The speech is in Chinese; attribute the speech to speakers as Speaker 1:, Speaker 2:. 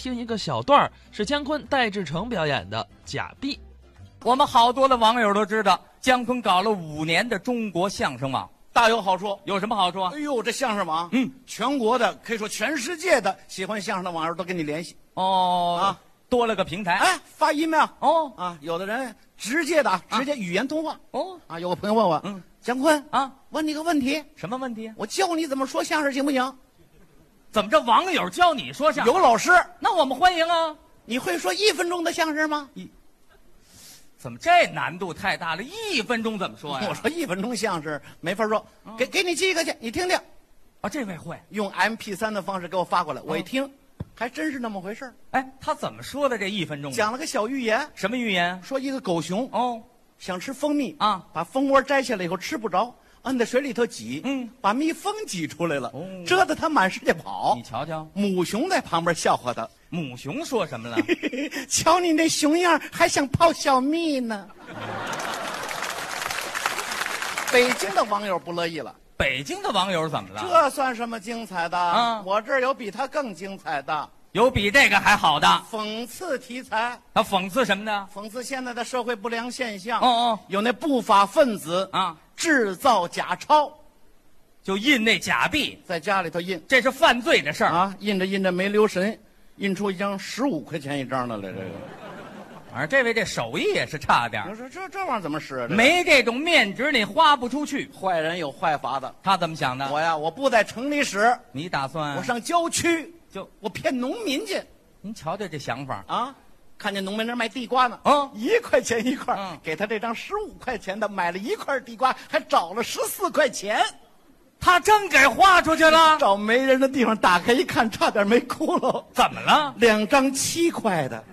Speaker 1: 听一个小段儿，是姜昆、戴志诚表演的《假币》。
Speaker 2: 我们好多的网友都知道，姜昆搞了五年的中国相声网，大有好处。有什么好处啊
Speaker 3: 哎？呦，这相声网，嗯，全国的可以说全世界的喜欢相声的网友都跟你联系。
Speaker 2: 哦，
Speaker 3: 啊
Speaker 2: 多了个平台。
Speaker 3: 哎，发 email
Speaker 2: 哦
Speaker 3: 啊，有的人直接的，啊直接语言通话。
Speaker 2: 哦，
Speaker 3: 啊，有个朋友问我，
Speaker 2: 啊嗯，
Speaker 3: 姜昆
Speaker 2: 啊，
Speaker 3: 问你个问题，
Speaker 2: 什么问题啊？
Speaker 3: 我教你怎么说相声行不行？
Speaker 2: 怎么着？网友教你说相声？
Speaker 3: 有老师，
Speaker 2: 那我们欢迎啊！
Speaker 3: 你会说一分钟的相声吗？
Speaker 2: 怎么这难度太大了？一分钟怎么哎说呀？嗯
Speaker 3: 我说一分钟相声没法说，给给你寄一个去，你听听，
Speaker 2: 啊，这位会。
Speaker 3: 用 MP 三的方式给我发过来，我
Speaker 2: 嗯
Speaker 3: 一听，还真是那么回事儿
Speaker 2: 哎，他怎么说的这一分钟？啊
Speaker 3: 讲了个小寓言，
Speaker 2: 什么寓言？啊
Speaker 3: 说一个狗熊
Speaker 2: 哦，
Speaker 3: 想吃蜂蜜
Speaker 2: 啊，
Speaker 3: 把蜂窝摘下来以后吃不着，摁在水里头挤，
Speaker 2: 嗯，
Speaker 3: 把蜜蜂挤出来了
Speaker 2: 哦，
Speaker 3: 折腾它满世界跑
Speaker 2: 你。瞧瞧，
Speaker 3: 母熊在旁边笑话它
Speaker 2: 母熊说什么了？：“
Speaker 3: 瞧你那熊样，还想泡小 蜜呢。”北京的网友不乐意了，
Speaker 2: 北京的网友怎么了？
Speaker 3: 这算什么精彩的？
Speaker 2: 啊
Speaker 3: 我这儿有比它更精彩的
Speaker 2: 有比这个还好的？
Speaker 3: 讽刺题材，
Speaker 2: 他讽刺什么呢？
Speaker 3: 讽刺现在的社会不良现象。
Speaker 2: 哦哦，
Speaker 3: 有那不法分子
Speaker 2: 啊，
Speaker 3: 制造假钞，
Speaker 2: 就印那假币，
Speaker 3: 在家里头印。
Speaker 2: 这是犯罪的事儿。
Speaker 3: 啊，印着印着没留神，印出一张十五块钱一张的来。这个，
Speaker 2: 反正这位这手艺也是差点
Speaker 3: 我
Speaker 2: 儿，
Speaker 3: 说这这玩意儿怎么使啊？这个
Speaker 2: 没这种面值你花不出去。
Speaker 3: 坏人有坏法子。
Speaker 2: 他怎么想的？
Speaker 3: 我呀，我不在城里使，
Speaker 2: 你打算？
Speaker 3: 我上郊区，
Speaker 2: 就
Speaker 3: 我骗农民去
Speaker 2: 您瞧瞧这想法，
Speaker 3: 啊！看见农民那儿卖地瓜呢，
Speaker 2: 嗯
Speaker 3: 一块钱一块儿，
Speaker 2: 嗯
Speaker 3: 给他这张十五块钱的，买了一块地瓜，还找了十四块钱，
Speaker 2: 他真给花出去了？
Speaker 3: 找没人的地方打开一看，差点没窟窿，
Speaker 2: 怎么了？
Speaker 3: 两张七块的，